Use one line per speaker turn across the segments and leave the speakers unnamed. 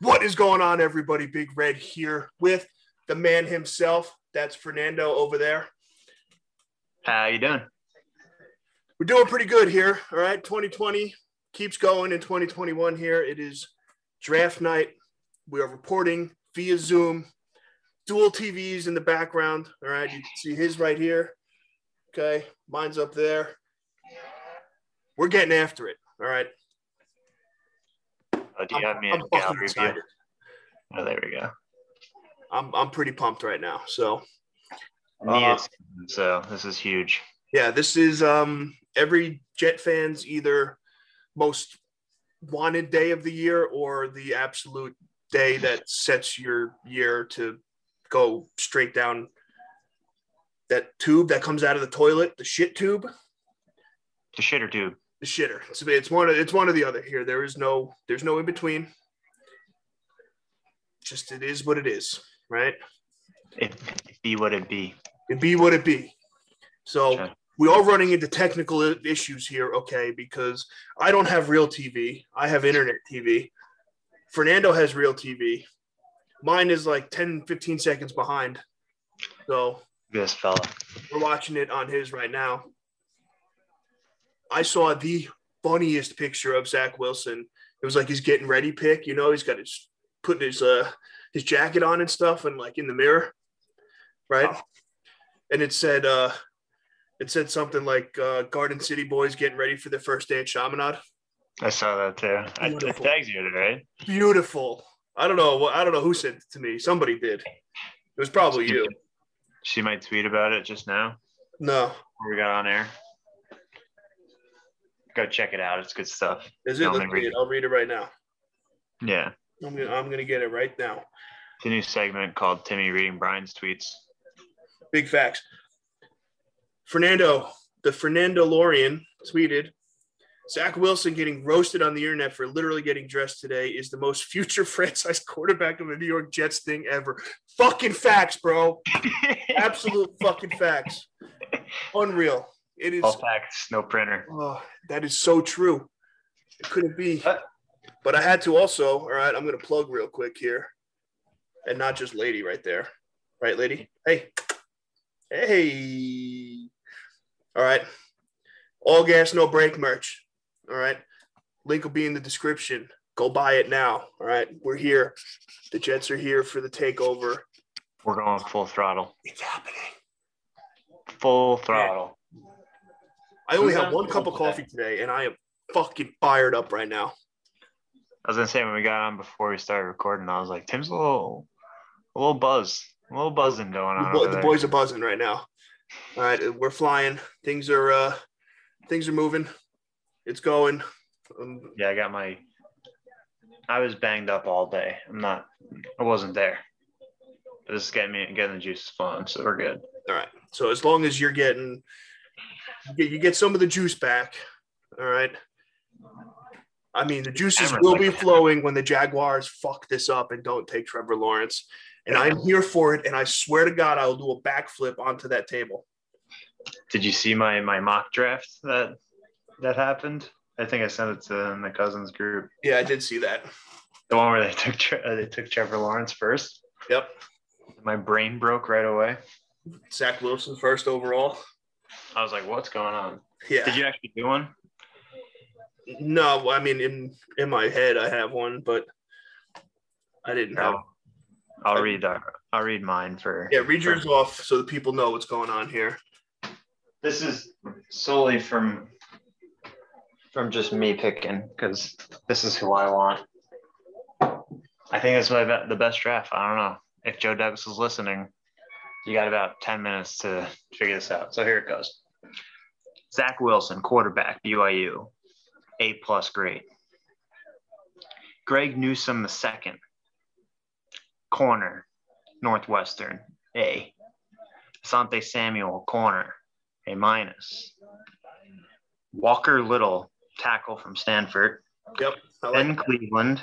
What is going on, everybody? Big Red here with the man himself. That's Fernando over there.
How you doing?
We're doing pretty good here. All right, 2020 keeps going in 2021 here. It is draft night. We are reporting via Zoom. Dual TVs in the background. All right, you can see his right here. Okay, mine's up there. We're getting after it. All right.
Oh, do you have me in
I'm fucking
gallery view?
excited.
Oh, there we go.
I'm, I'm pretty pumped right now. So
I need
Uh,
it soon, so this is huge.
Yeah, this is um, every Jet fan's either most wanted day of the year or the absolute day that sets your year to go straight down that tube that comes out of the toilet, the shit tube,
The shitter tube.
the shitter. It's, it's one of it's one or the other here. There is no there's no in between. Just it is what it is, right?
It, it be what it be.
it be what it be. So
Okay.
we are running into technical i- issues here, okay? Because I don't have real TV. I have internet TV. Fernando has real TV. Mine is like 10, 15 seconds behind. So
This fella.
we're watching it on his right now. I saw the funniest picture of Zach Wilson. It was like he's getting ready pick. You know, he's got his putting his uh his jacket on and stuff, and like in the mirror, right?
Oh.
And it said uh it said something like uh, Garden City boys getting ready for their first day at Chaminade.
I saw that too. I, I
Wonderful.
tagged you today, right?
Beautiful. I don't know. I don't know who sent it to me. Somebody did. It was probably you.
She might tweet about it just now.
No,
before We got on air. Go check it out. It's good stuff.
is it?
No, I'm
Let
gonna
me read
read
it. I'll read it right now.
Yeah.
I'm gonna, I'm gonna get it right now.
It's a new segment called Timmy Reading Brian's Tweets.
Big facts. Fernando, the Fernando Lorian tweeted, Zach Wilson getting roasted on the internet for literally getting dressed today is the most future franchise quarterback of the New York Jets thing ever. Fucking facts, bro. Absolute fucking facts. Unreal. It is
All facts, no printer.
oh, that is so true. It couldn't be.
Uh.
But I had to also, all right, I'm gonna plug real quick here. And not just lady right there. Right, lady? Hey. Hey. All right. All gas, no break merch. All right. Link will be in the description. Go buy it now. All right. We're here. The Jets are here for the takeover.
We're going full throttle.
It's happening.
Full throttle.
I only have one cup of coffee today, and I am fucking fired up right now.
I was gonna say when we got on before we started recording, I was like, Tim's a little, a little buzz, a little buzzing going
the,
on.
boy,
over
the
there.
boys are buzzing right now. All right, we're flying. Things are uh, things are moving. It's going. Um,
Yeah, I got my. I was banged up all day. I'm not. I wasn't there. But this is getting me getting the juices flowing, so we're good.
all right. So as long as you're getting, you get, you get some of the juice back. All right. I mean, the juices
Cameron's
will
like
be
that.
flowing when the Jaguars fuck this up and don't take Trevor Lawrence. And I'm here for it. And I swear to God, I will do a backflip onto that table.
Did you see my my mock draft that that happened? I think I sent it to my cousins group.
Yeah, I did see that.
The one where they took Tre- uh, they took Trevor Lawrence first.
Yep.
My brain broke right away.
Zach Wilson first overall.
I was like, "What's going on?"
Yeah.
Did you actually do one?
No, I mean in in my head I have one, but I didn't have.
I'll, I'll read our, I'll read mine for
Yeah, read yours off so the people know what's going on here.
this is solely from from just me picking because this is who I want. I think it's my be- the best draft. I don't know if Joe Douglas is listening. You got about ten minutes to figure this out. So here it goes. Zach Wilson, quarterback, BYU, A plus grade. Greg Newsom the second, corner, Northwestern, A. Asante Samuel, corner, a minus. Walker Little, tackle from Stanford.
Yep. I like-
Ben Cleveland,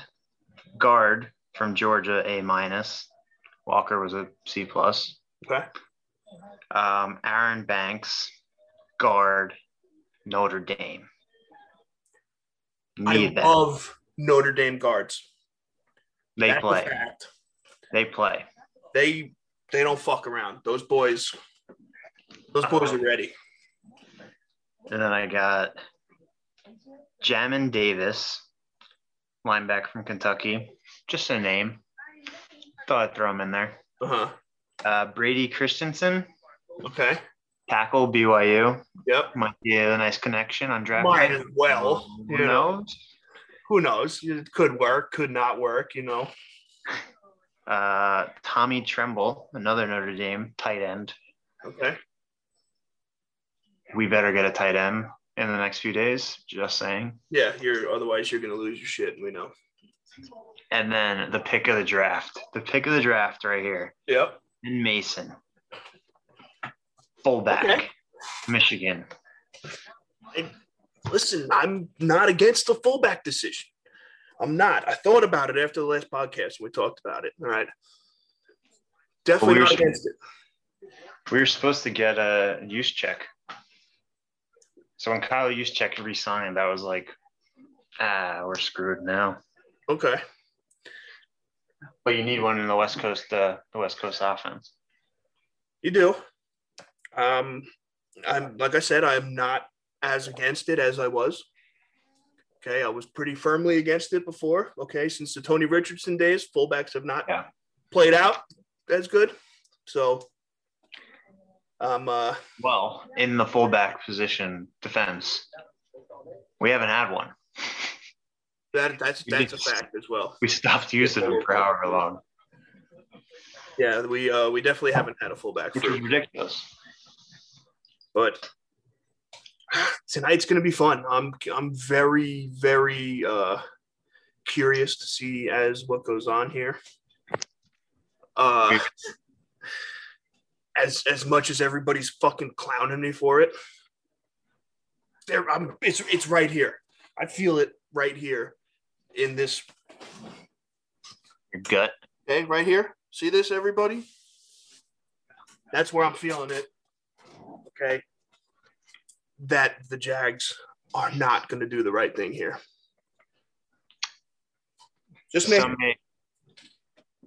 guard from Georgia, A minus. Walker was a C plus.
okay.
Um, Aaron Banks, guard, Notre Dame.
I
Need that.
love Notre Dame guards.
They
That's a
play.
fact.
They play.
They they don't fuck around. Those boys, those
Uh-huh.
boys are ready.
And then I got Jamin Davis, linebacker from Kentucky. Just a name. Thought I'd throw him in there.
Uh huh.
Uh, Brady Christensen,
Okay.
tackle BYU.
Yep.
Might be a nice connection on draft.
Might
night.
as well.
Who
you know.
knows?
Who knows? It could work. Could not work. You know.
Uh, Tommy Tremble, another Notre Dame tight end.
Okay.
We better get a tight end in the next few days. Just saying.
Yeah. You're otherwise you're gonna lose your shit. We know.
And then the pick of the draft. The pick of the draft right here.
Yep.
And Mason. Fullback.
Okay.
Michigan.
Listen, I'm not against the fullback decision. I'm not. I thought about it after the last podcast. We talked about it. All right. Definitely
Well, we
not
were-
against it.
We were supposed to get a use check. So when Kyle use check resigned, I was like, ah, we're screwed now.
Okay.
But you need one in the West Coast, uh, the West Coast offense.
You do. Um, I'm like I said, I'm not as against it as I was. Okay, I was pretty firmly against it before. Okay, since the Tony Richardson days, fullbacks have not
Yeah.
played out as good. So, um, uh,
Well, in the fullback position defense, we haven't had one.
that that's
You
that's a
just-
fact as well.
We stopped using them for however long,
Yeah, we uh, we definitely haven't had a fullback
which
for
was ridiculous.
but tonight's gonna be fun. I'm I'm very very uh, curious to see as what goes on here. Uh, as as much as everybody's fucking clowning me for it, there I'm it's it's right here. I feel it right here in this.
Your gut.
Okay, right here. See this, everybody? That's where I'm feeling it. Okay. That the Jags are not going to do the right thing here. Just make,
Some may,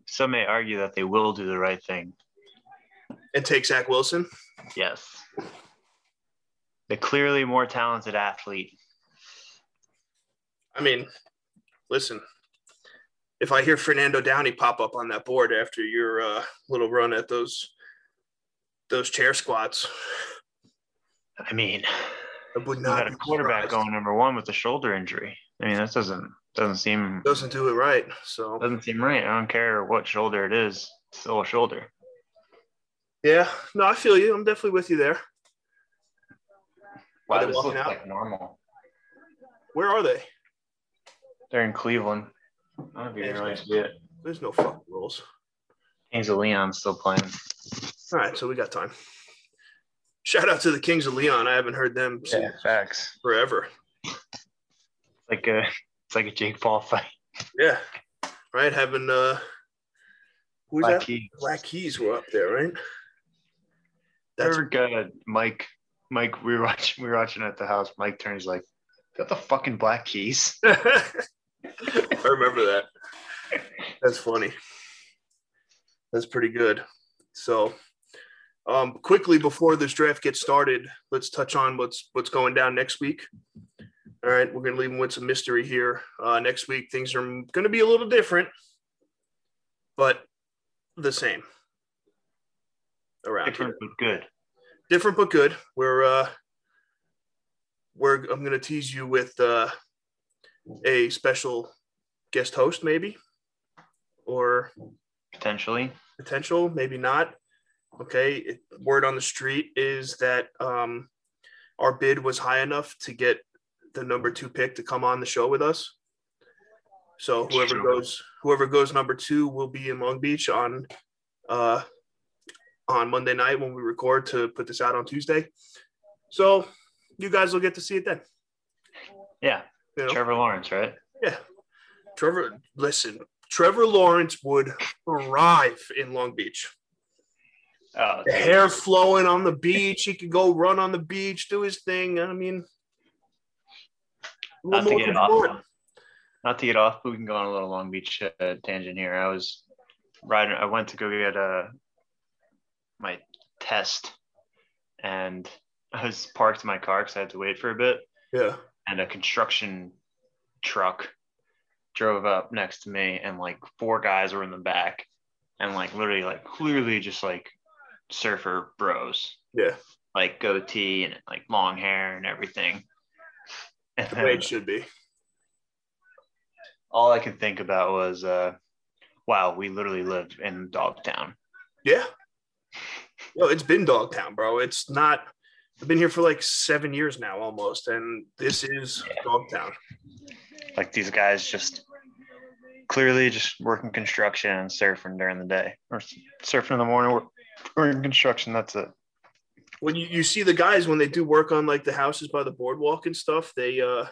some may argue that they will do the right thing.
and take Zach Wilson.
Yes. The clearly more talented athlete.
I mean, listen, if I hear Fernando Downey pop up on that board after your uh, little run at those those chair squats,
I mean,
I would
you
not
had
be
a quarterback
surprised.
going number one with a shoulder injury. I mean, that doesn't doesn't seem
Doesn't do it right. So
doesn't seem right. I don't care what shoulder it is, it's still a shoulder.
yeah, no, I feel you. I'm definitely with you there. Are
Wow,
they
this
walking
looks
out?
like normal.
Where are they?
They're in Cleveland. I don't know if you can really see it.
There's no fucking rules.
Kings of Leon's still playing.
All right, so we got time. Shout out to the Kings of Leon. I haven't heard them since
facts.
forever.
Like a it's like a Jake Paul fight.
Yeah. Right? Having uh who's
Black
that?
Keys.
Black Keys were up there, right? That's
Remember, uh, Mike. Mike, we were watching. We were watching at the house. Mike turns like, "Got the fucking Black Keys."
I remember that. That's funny. That's pretty good. So, um, quickly before this draft gets started, let's touch on what's what's going down next week. All right, we're gonna leave them with some mystery here. Uh, next week, things are gonna be a little different, but the same. Around here
Different but good.
different but good. We're uh, we're I'm gonna tease you with uh, a special guest host, maybe, or
Potentially,
potential, maybe not. Okay, it, word on the street is that um, our bid was high enough to get the number two pick to come on the show with us. So whoever
Sure.
goes, whoever goes number two will be in Long Beach on uh, on Monday night when we record to put this out on Tuesday. So you guys will get to see it then.
yeah.
You know?
Trevor Lawrence, right?
Yeah. Trevor, listen, Trevor Lawrence would thrive in Long Beach.
Oh,
the hair flowing on the beach. He could go run on the beach, do his thing. I mean, what
not to
more
get
could
it
you want?
off. not to get off, but we can go on a little Long Beach uh, tangent here. I was riding. I went to go get uh, my test, and I was parked my car because I had to wait for a bit.
Yeah.
And a construction truck drove up next to me, and like four guys were in the back, and like literally, like clearly, just like surfer bros,
Yeah.
like goatee and like long hair and everything. And
The
then-
way it should be.
all I could think about was, uh, wow, we literally lived in Dogtown.
Yeah. Yo, it's been Dogtown, bro. It's not. I've been here for like seven years now, almost, and this is Dogtown.
Like these guys just clearly just working construction and surfing during the day or s- surfing in the morning, work- working construction. That's it.
When you, you see the guys when they do work on like the houses by the boardwalk and stuff, they uh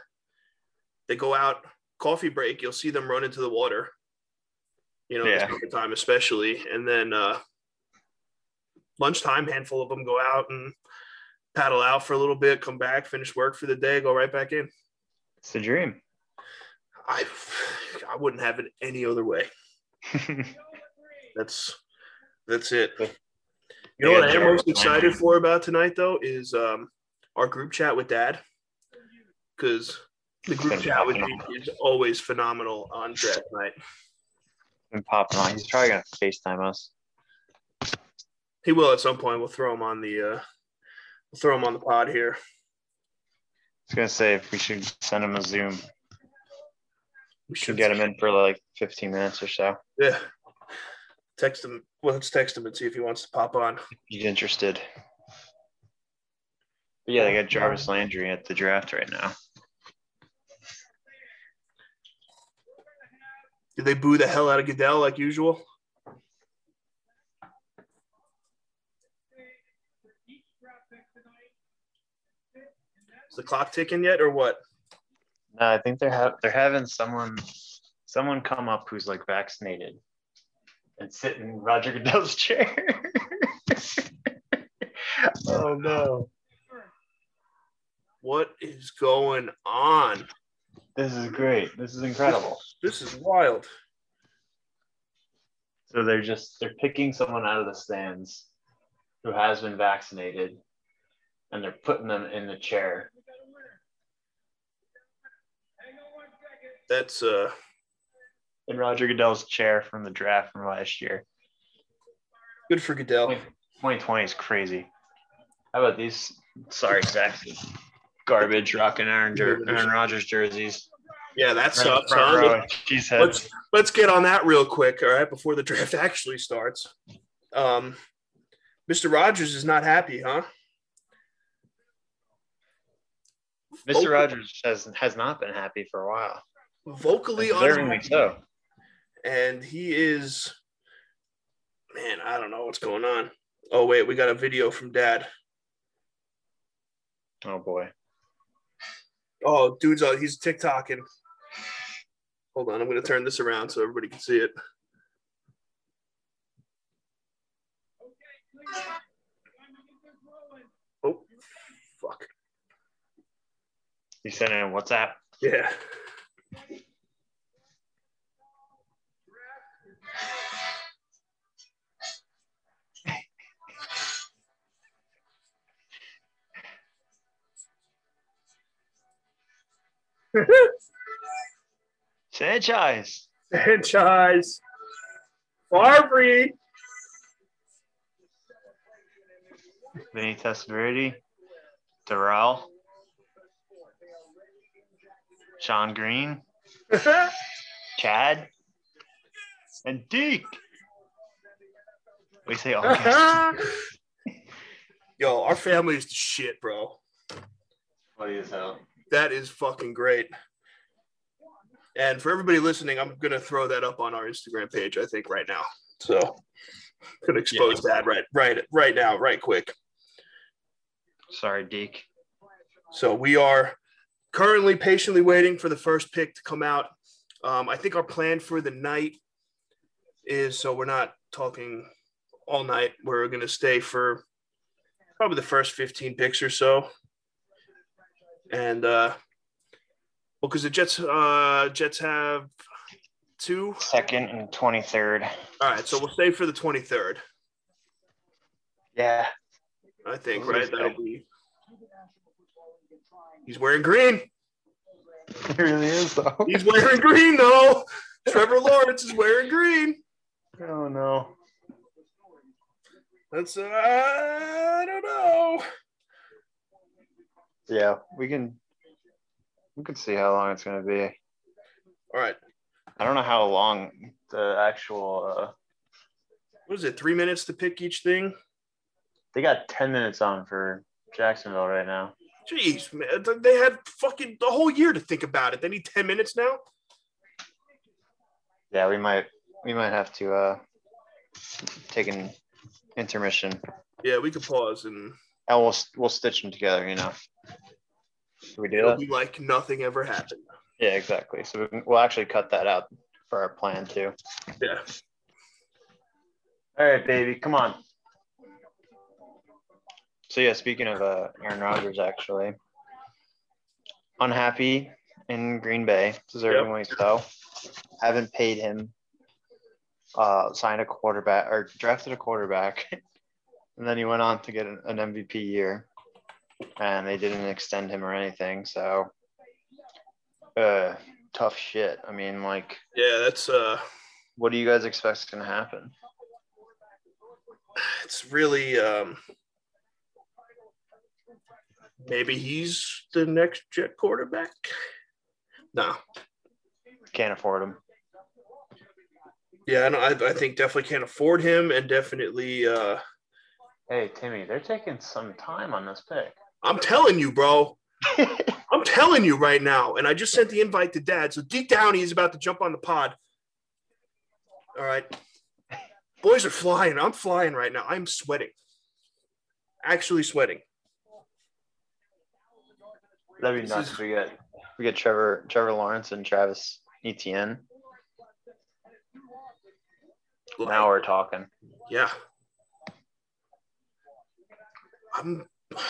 they go out coffee break. You'll see them run into the water. You know,
Yeah.
in the summertime especially, and then uh lunchtime, handful of them go out and paddle out for a little bit, come back, finish work for the day, go right back in.
It's a dream.
I I wouldn't have it any other way. That's that's it. You know what I am most excited for about tonight though is um, our group chat with Dad, because the group chat with me is always phenomenal on draft night.
Been popping on. He's probably gonna FaceTime us.
He will at some point. We'll throw him on the uh, we'll throw him on the pod here.
I was gonna say if we should send him a Zoom,
We
should get him in for like 15 minutes or so.
Yeah. Text him. Well, let's text him and see if he wants to pop on.
He's interested. But yeah, they got Jarvis Landry at the draft right now.
Did they boo the hell out of Goodell like usual? Is the clock ticking yet, or what?
No, I think they're ha- they're having someone someone come up who's like vaccinated and sit in Roger Goodell's chair. oh no.
What is going on?
This is great. This is incredible.
This is wild.
So they're just they're picking someone out of the stands who has been vaccinated and they're putting them in the chair.
That's uh,
In Roger Goodell's chair from the draft from last year.
good for Goodell.
2020 is crazy. How about these? Sorry, Zach. Garbage rocking Aaron, Jer- Aaron Rodgers jerseys.
Yeah, that
Right in the
sucks.
front
huh?
row. Cheese
Let's
heads.
let's get on that real quick, all right, before the draft actually starts. Um, Mr. Rogers is not happy, huh?
Mr. Rogers has has not been happy for a while.
Vocally
Deservingly
unhappy.
so.
and he is man i don't know what's going on oh wait we got a video from dad
Oh boy.
oh dude's on he's tiktoking hold on i'm going to turn this around so everybody can see it oh fuck
He sent in a WhatsApp.
yeah
Sanchez.
franchise Barbie.
Vinny Testaverde. Darrell. Sean Green. Chad. And Deke. We say all guys.
yo our family is the shit bro
Funny as hell.
That is fucking great. And for everybody listening, I'm gonna throw that up on our Instagram page, I think, right now. So could expose that right right right now, right quick.
Sorry, Deke.
So we are currently patiently waiting for the first pick to come out. Um, I think our plan for the night is so we're not talking all night. We're gonna stay for probably the first 15 picks or so. And uh, Well, because the Jets, uh, Jets have two.
Second and twenty third.
All right, so we'll stay for the twenty third.
Yeah.
I think
Those are
right.
good.
That'll be. He's wearing green.
It really is though.
He's wearing green though. Trevor Lawrence is wearing green.
Oh no.
That's uh, I don't know.
Yeah, we can. We can see how long it's gonna be.
All right,
I don't know how long the actual. Uh,
what is it? Three minutes to pick each thing.
they got ten minutes on for Jacksonville right now.
Jeez, man, th- they had fucking the whole year to think about it. They need ten minutes now.
Yeah, we might. We might have to uh, take an intermission.
Yeah, we could pause and
And we'll we'll stitch them together. You know. Should we do
it'll
that?
be like nothing ever happened.
Yeah, exactly. So we can- we'll actually cut that out for our plan too.
Yeah.
All right, baby, come on. So yeah, speaking of uh, Aaron Rodgers, actually, unhappy in Green Bay, deservingly so. Haven't paid him. Uh, signed a quarterback or drafted a quarterback, and then he went on to get an, an MVP year, and they didn't extend him or anything. So, uh, tough shit. I mean, like,
Yeah, that's uh,
what do you guys expect's gonna happen?
it's really um, maybe he's the next Jet quarterback. No,
Can't afford him.
yeah, I, don't, I, I think definitely can't afford him, and definitely uh,
Hey, Timmy, they're taking some time on this pick.
I'm telling you, bro. I'm telling you right now. And I just sent the invite to dad. So Deke Downey is about to jump on the pod. All right. Boys are flying. I'm flying right now. I'm sweating. Actually sweating.
That'd be
This
nuts.
is-
if we get we get Trevor Trevor Lawrence and Travis Etienne. Now we're talking.
Yeah. I'm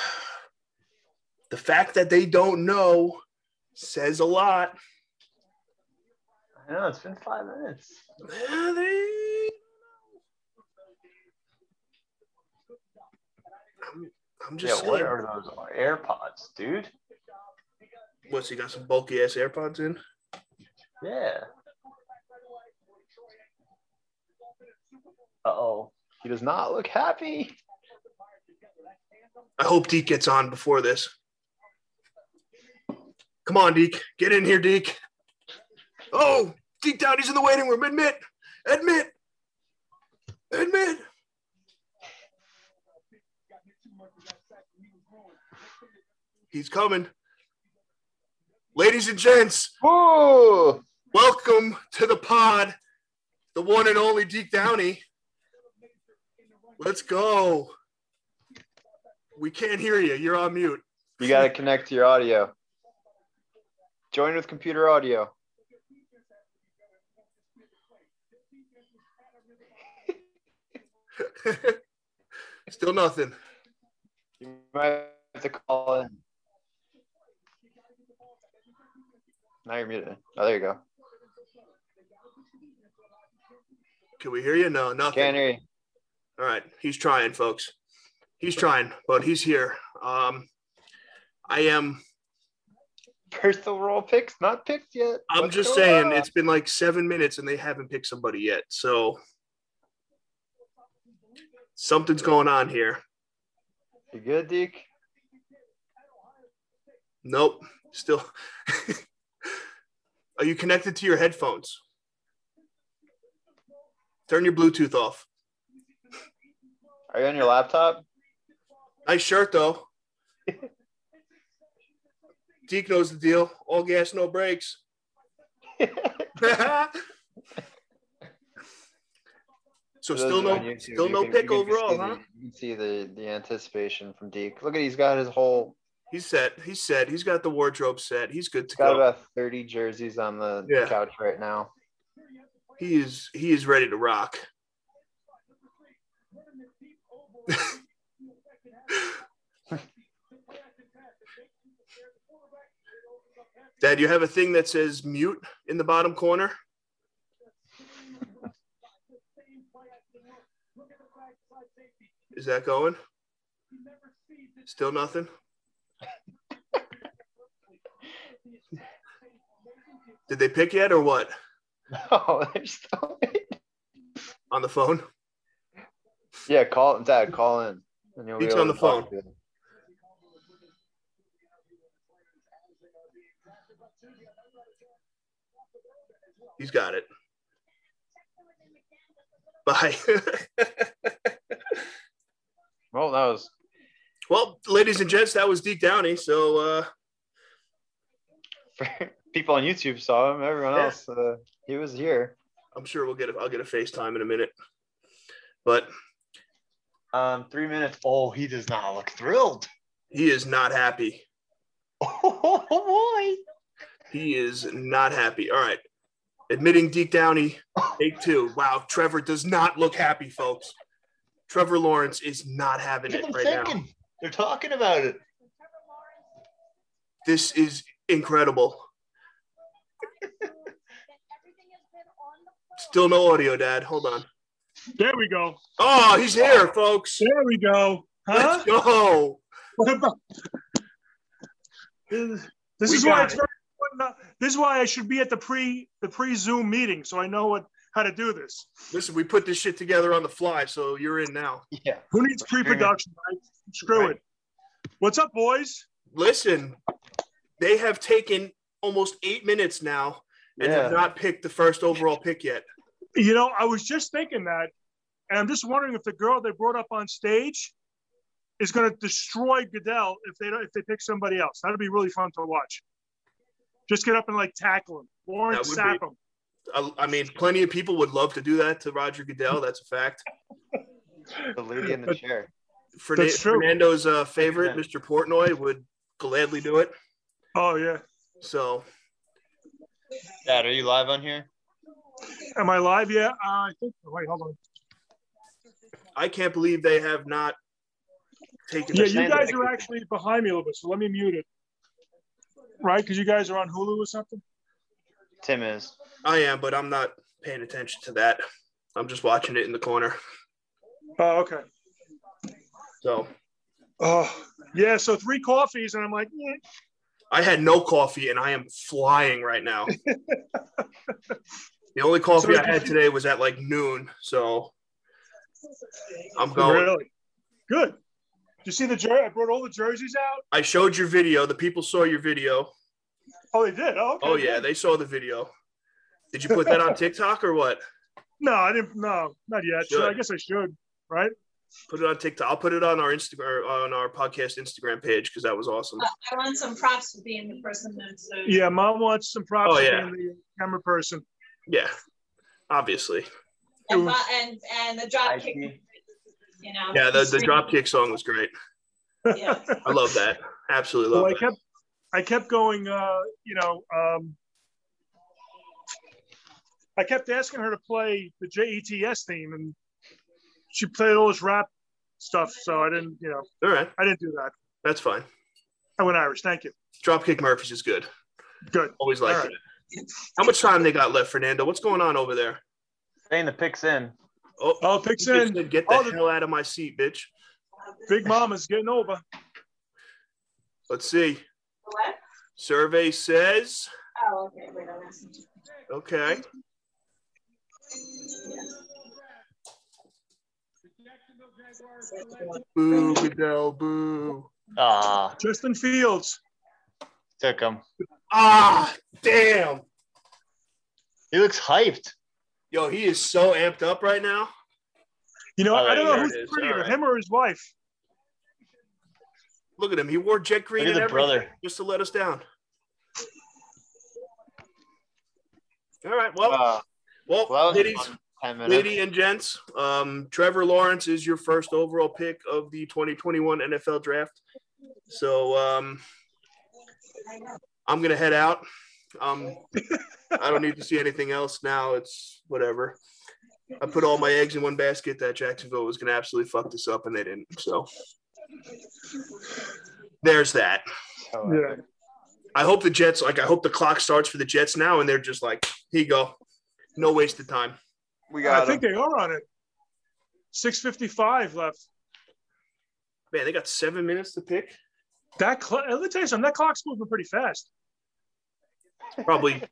the fact that they don't know says a lot.
I know it's been five minutes.
Yeah, they- I'm, I'm
Yeah,
just
what
saying.
are those AirPods, dude?
What's he got some bulky ass AirPods in?
Yeah. Uh oh. He does not look happy.
I hope Deke gets on before this. Come on, Deke. Get in here, Deke. Oh, Deke down. He's in the waiting room. Admit. Admit. Admit. He's coming. Ladies and gents,
Whoa!
welcome to the pod. The one and only Deke Downey. Let's go. We can't hear you. You're on mute.
You gotta connect to your audio. Join with computer audio.
Still nothing.
You might have to call in. Now you're muted. Oh, there you go.
Can we hear you? No, nothing.
Can't hear you.
All right. He's trying, folks. He's trying, but he's here. Um, I am.
First overall picks, not picked yet.
I'm
What's
just
going
saying,
on?
it's been like seven minutes and they haven't picked somebody yet. So something's going on here.
you good, Deke.
Nope. Still. Are you connected to your headphones? Turn your Bluetooth off.
Are you on your laptop?
Nice shirt, though. Deke knows the deal. All gas, no brakes. so
For those
still
on
no,
YouTube,
still
you
no
can-
pick
you can see
overall,
the-
huh?
You can see the the anticipation from Deke. Look at he's got his whole
He's set. He's set. He's got the wardrobe set. He's good to
he's got
go.
about 30 jerseys on the
Yeah.
couch right now.
He is he is ready to rock. Dad, you have a thing that says mute in the bottom corner? Is that going? Still nothing? Did they pick yet or what?
Oh,
No, there's still.
On the phone?
Yeah, call Dad. Call in. And you'll be
Speaks
able
on the
to talk
phone.
to him.
He's got it. Bye.
Well, that was
well, ladies and gents, that was Deke Downey. So uh,
for people on YouTube saw him. Everyone
Yeah.
else, uh, he was here.
I'm sure we'll get a, I'll get a FaceTime in a minute. But
Um, three minutes. Oh, he does not look thrilled.
he is not happy.
Oh
He is not happy. All right. Admitting Deke Downey, take two. Wow, Trevor does not look happy, folks. Trevor Lawrence is not having
boy, look
it
at them
right now.
thinking. They're talking about it.
This is incredible. Still no audio, Dad. Hold on.
There we go.
Oh, he's here, folks.
There we go. Huh?
Let's go.
What about? This
We
is why
got
it's
it.
very important. uh, This is why I should be at the pre the pre Zoom meeting, so I know what how to do this.
Listen, we put this shit together on the fly, so you're in now.
Yeah.
Who needs pre production? Right? Screw it. What's up, boys?
Listen, they have taken almost eight minutes now and
Yeah.
have not picked the first overall pick yet.
You know, I was just thinking that, and I'm just wondering if the girl they brought up on stage is going to destroy Goodell if they don't if they pick somebody else. That'd be really fun to watch. Just get up and like tackle him, Lawrence
That would be-
Sapp him.
I, I mean, plenty of people would love to do that to Roger Goodell. That's a fact.
The lady in the
But-
chair.
Fernan-
That's true.
Fernando's uh, favorite,
Yeah.
Mr. Portnoy, would gladly do it.
Oh yeah.
So
Dad, are you live on here?
Am I live yet? Uh, I think. Wait, hold on.
I can't believe they have not taken
Yeah,
yeah,
you
Sandra,
guys
I
are
can-
actually behind me a little bit, so let me mute it. Right, because you guys are on Hulu or something.
Tim is.
I am, but I'm not paying attention to that. I'm just watching it in the corner.
Oh, okay.
So
Oh, yeah. So three coffees, and I'm like, eh.
I had no coffee and I am flying right now. the only coffee
So-
I had today was at like noon. So I'm going.
really good. Did you see the jer- I brought all the jerseys out.
I showed your video. The people saw your video.
Oh, they did. Oh, okay.
Oh, yeah.
good.
They saw the video. Did you put that on TikTok or what?
No, I didn't. No, not yet. So I
Should.
guess I should. Right.
Put it on TikTok. I'll put it on our Instagram, on our podcast Instagram page because that was awesome.
I want some props for being the person that's. uh,
Yeah, mom wants some props
Oh,
for
yeah.
being the camera person.
Yeah, obviously.
And, bo- and, and the
I
drop kick,
see.
you know.
Yeah, the, the dropkick song was great.
Yeah.
I love that. Absolutely
So
love
I
that.
kept, I kept going. Uh, you know, um, I kept asking her to play the JETS theme, and she played all this rap stuff. So I didn't, you know,
All right,
I didn't do that.
that's fine.
I went Irish. Thank you.
Dropkick Murphys is good.
Good.
Always like
All right.
it. How much time they got left, Fernando? What's going on over there?
Saying the picks in.
Oh,
Oh,
you
picks
just
in.
said, get the
Oh, the-
hell out of my seat, bitch.
Big Mama's getting over.
Let's see.
What?
Survey says,
Oh, okay. Wait, I'm asking.
okay. Boo, Goodell, boo.
Ah,
Justin Fields.
took him.
Ah, damn.
He looks hyped.
Yo, he is so amped up right now.
You know,
All
I
right,
don't know
Oh, there
who's
it is.
prettier,
All right.
him or his wife.
Look at him. He wore jet green
Look at
and
the
everything
brother.
just to let us down. All right. Well,
Uh,
well,
well, that was
ladies,
fun. Ten minutes.
Lady and gents, um, Trevor Lawrence is your first overall pick of the 2021 NFL draft. So um, I'm gonna head out. Um, I don't need to see anything else now. It's whatever. I put all my eggs in one basket that Jacksonville was gonna absolutely fuck this up, and they didn't. So there's that.
So, uh,
Yeah.
I hope the Jets, like, I hope the clock starts for the Jets now, and they're just like, here you go. No waste of time.
We
I
got
think
him.
they are on it. 6.55 left.
Man, they got seven minutes to pick.
That cl- let me tell you something. That clock's moving pretty fast.
It's probably,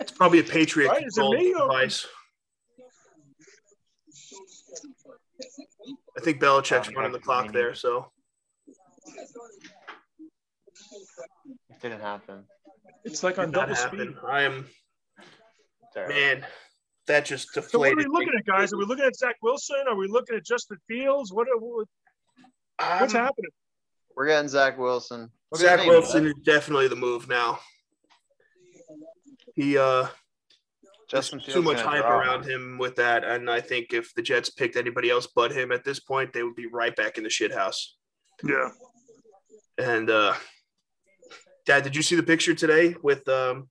it's probably a Patriot
Right, is it
controlled
me or-
device. I think
Oh,
Belichick's running the clock there, so
It didn't happen.
It's like on
did not
double speed.
happen. I am,
It's all right.
man, that just
So what are
deflated.
we looking at, guys? Are we looking at Zach Wilson? Are we looking at Justin Fields? What, are- what what's
I'm-
happening?
We're getting Zach Wilson. Look at his
Zach
name,
Wilson
bud.
is definitely the move now. He uh
Justin
there's
Fields
too much
gonna
hype
drop.
around him with that, and I think if the Jets picked anybody else but him at this point, they would be right back in the shit house.
Yeah.
And uh Dad, did you see the picture today with um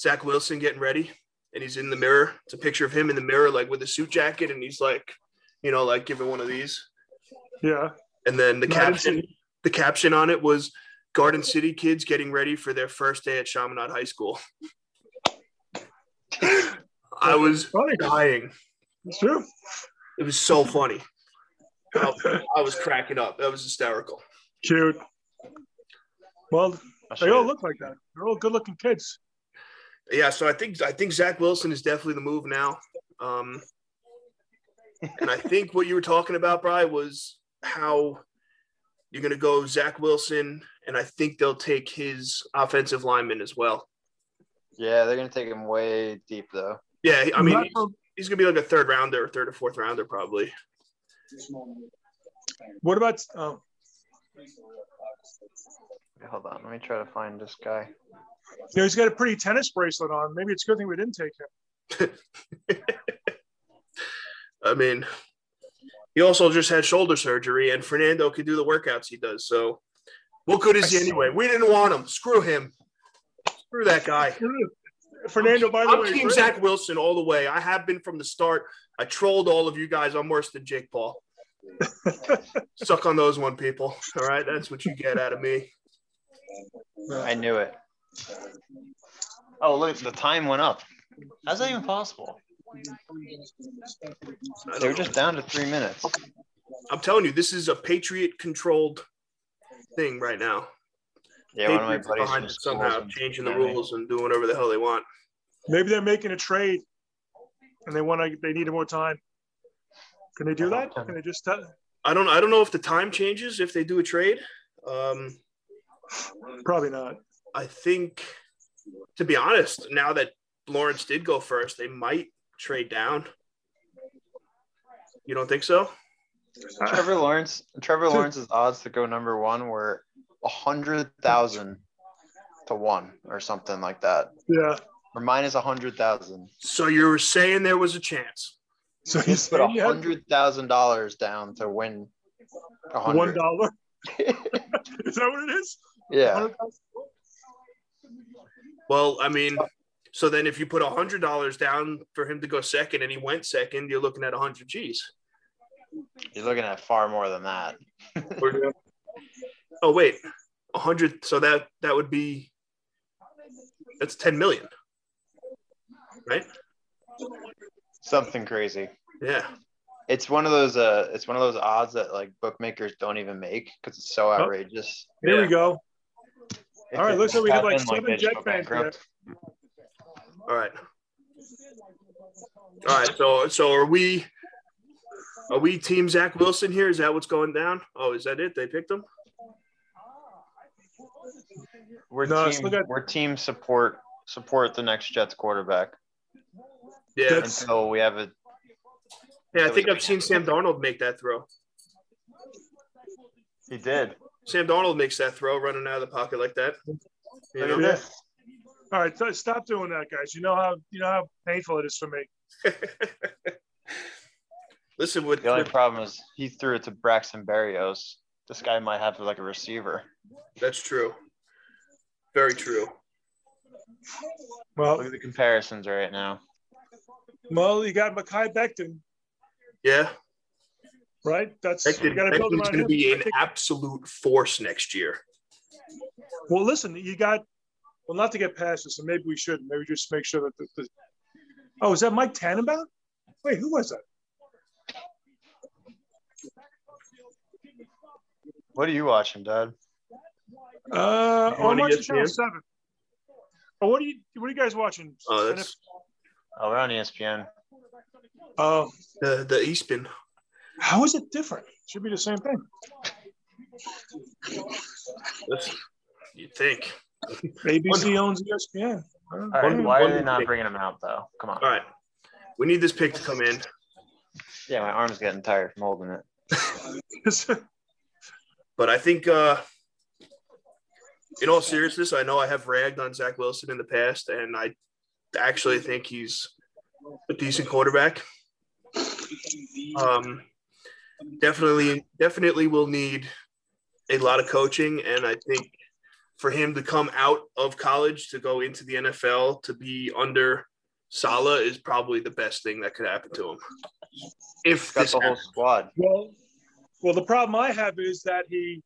Zach Wilson getting ready? And he's in the mirror. It's a picture of him in the mirror, like with a suit jacket, and he's like, you know, like giving one of these.
Yeah.
And then the
No, I didn't
caption the caption on it was Garden City kids getting ready for their first day at Chaminade High School. I was
Funny.
dying.
It's true.
It was so funny. I I was cracking up. That was hysterical.
Cute. Well,
oh,
I
they all
should've-
look like that. They're all good-looking kids.
Yeah, so I think I think Zach Wilson is definitely the move now. Um, and I think what you were talking about, Bry, was how you're going to go Zach Wilson, and I think they'll take his offensive lineman as well.
Yeah, they're gonna take him way deep though.
Yeah, I mean,
Not um, for-
he's gonna be like a third rounder, third or fourth rounder, probably.
what about? Oh,
Hold on, let me try to find this guy.
you know, he's got a pretty tennis bracelet on. Maybe it's a good thing we didn't take him.
I mean, he also just had shoulder surgery, and Fernando can do the workouts he does. So, what good is he anyway? We didn't want him. Screw him. Screw that guy.
Fernando, by the
I'm
way,
Team
Fernando-
Zach Wilson all the way. I have been from the start. I trolled all of you guys. I'm worse than Jake Paul. Suck on those one, people. All right, that's what you get out of me.
I knew it. Oh look, the time went up. How's that even possible?
I
They were
don't know.
just down to three minutes.
I'm telling you, this is a Patriot-controlled thing right now.
Yeah, one of my
Patriots are
buddies
behind
from
it
school
somehow
was-
changing the
Yeah, they-
rules and doing whatever the hell they want.
Maybe they're making a trade, and they want to. They need more time. Can they do that? Can they just?
I don't I don't know if the time changes if they do a trade. Um,
probably not.
I think to be honest, now that Lawrence did go first, they might trade down. You don't think so?
Trevor Lawrence. Trevor Lawrence's odds to go number one were a hundred thousand to one or something like that,
Yeah.
or minus a hundred thousand.
So you were saying there was a chance.
So
He
he's
put a
saying you have
hundred thousand dollars down to win. a
one
hundred.
dollar. Is that what it is?
Yeah,
Well, I mean, so then if you put hundred dollars down for him to go second and he went second, you're looking at hundred G's.
you're looking at far more than that.
Oh wait, hundred. So that that would be that's ten million.
Something crazy.
Yeah.
It's one of those. Uh, it's one of those odds that like bookmakers don't even make because it's so outrageous.
There
Yeah.
we go.
If
All right,
it
looks like we had, like,
happened,
seven
they just
Jet
go
fans there.
bankrupt.
All right. All right. So so are we are we team Zach Wilson here? Is that what's going down? Oh, is that it? They picked him?
We're
No, it's
team.
look at-
We're team support. Support the next Jets quarterback
Yeah.
That's-
until we have a
Yeah, I think I've seen Sam Darnold make that throw.
He did.
Sam Darnold makes that throw running out of the pocket like that. You know?
Yeah. All right, th- stop doing that, guys. You know how you know how painful it is for me.
Listen, with,
The only
with
problem is he threw it to Braxton Berrios. This guy might have like a receiver.
that's true. Very true.
Well,
Look at the comparisons right now.
well, you got Makai Becton,
Yeah.
right? That's you
Beckton,
got to build
Beckton's going
around
to
him.
be
I
an
think-
absolute force next year.
Well, listen, you got Well, not to get past this, and maybe we should. Maybe just make sure that. The, the... Oh, is that Mike Tannenbaum? Wait, who was that?
What are you watching, Dad?
Uh,
You
oh, I'm
wanna
watching
get
Channel
Jim?
Seven. Oh, what are you? What are you guys watching?
Oh, that's
Oh, we're on ESPN.
Oh,
the the Eastman.
how is it different? Should be the same thing.
That's you think.
ABC owns E ESPN. I don't know.
All right,
One-
why
one
are they not
pick.
bringing him out though? Come on.
All right, we need this pick to come in.
Yeah, my arm's getting tired from holding it.
But I think, uh, in all seriousness, I know I have ragged on Zach Wilson in the past, and I actually think he's a decent quarterback. Um, definitely, definitely will need a lot of coaching, and I think for him to come out of college to go into the NFL to be under Sala is probably the best thing that could happen to him. If
Got
this
the whole squad.
well, well, the problem I have is that he,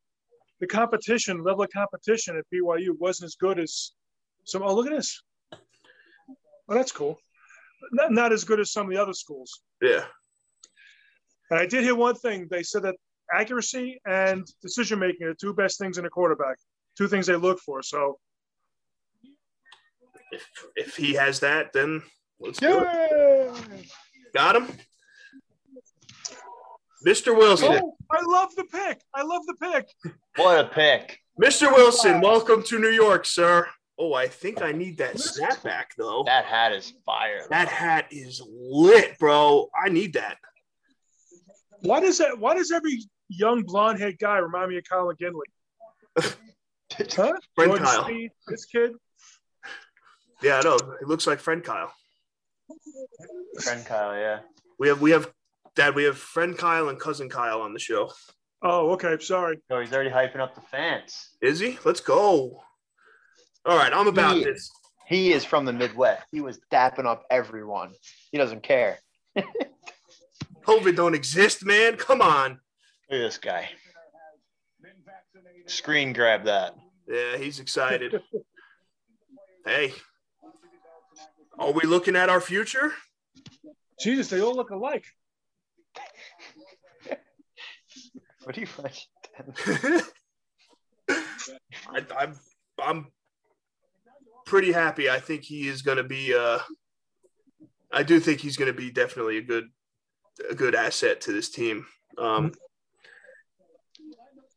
the competition level of competition at BYU wasn't as good as some. Oh, look at this. Oh, that's cool. Not, not as good as some of the other schools.
yeah,
And I did hear one thing. They said that accuracy and decision making are the two best things in a quarterback. Two things they look for. So
if if he has that, then let's do it.
Yeah.
Got him. Mr. Wilson.
oh, I love the pick. I love the pick.
What a pick.
Mr. Wilson, welcome to New York, sir. Oh, I think I need that snapback, though.
That hat is fire.
That hat is lit, bro. I need that.
Why does that? Why does every young blonde haired guy remind me of Colin Ginley? huh?
Friend
Jordan
Kyle.
Speed, this kid.
Yeah, I know. It looks like friend Kyle.
Friend Kyle, yeah.
We have we have dad, we have friend Kyle and cousin Kyle on the show.
Oh, okay. Sorry.
No, he's already hyping up the fans.
Is he? Let's go. All right, I'm about
Yeah.
this.
He is from the Midwest. He was dapping up everyone. He doesn't care.
COVID don't exist, man. Come on.
Look at this guy. Screen grab that.
Yeah, he's excited. hey. Are we looking at our future?
Jesus, they all look alike.
What do you watch?
I, I'm I'm pretty happy. I think he is going to be. Uh, I do think he's going to be definitely a good a good asset to this team. Um,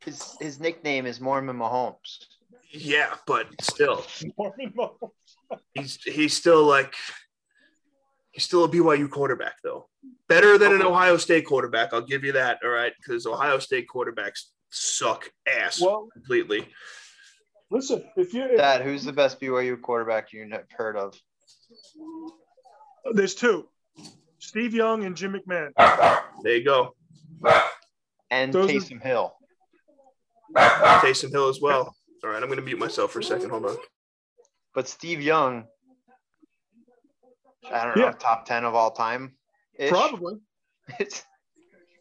His, his nickname is Mormon Mahomes.
yeah, but still,
Mormon Mo.
he's he's still like he's still a BYU quarterback though. Better than an Ohio State quarterback, I'll give you that. All right, because Ohio State quarterbacks suck ass
Well,
completely.
listen. If you if,
Dad, who's the best BYU quarterback you've heard of?
there's two, Steve Young and Jim McMahon.
There you go,
And
Those are-
Taysom Hill.
Taysom Hill as well. All right, I'm going to mute myself for a second. Hold on.
But Steve Young, I don't know,
Yeah.
top 10 of all time.
Probably.